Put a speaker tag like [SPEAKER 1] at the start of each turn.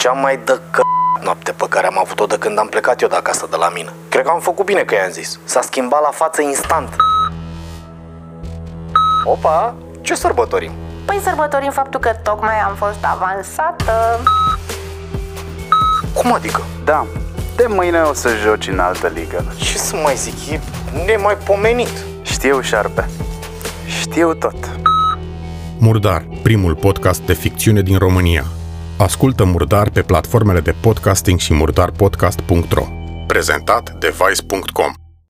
[SPEAKER 1] cea mai dă că noapte pe care am avut-o de când am plecat eu de acasă de la mine. Cred că am făcut bine că i-am zis. S-a schimbat la față instant. Opa, ce sărbătorim?
[SPEAKER 2] Păi sărbătorim faptul că tocmai am fost avansată.
[SPEAKER 1] Cum adică?
[SPEAKER 3] Da, de mâine o să joci în altă ligă.
[SPEAKER 1] Ce să mai zic, e nemaipomenit.
[SPEAKER 3] Știu, șarpe. Știu tot.
[SPEAKER 4] Murdar, primul podcast de ficțiune din România. Ascultă Murdar pe platformele de podcasting și murdarpodcast.ro. Prezentat de Vice.com.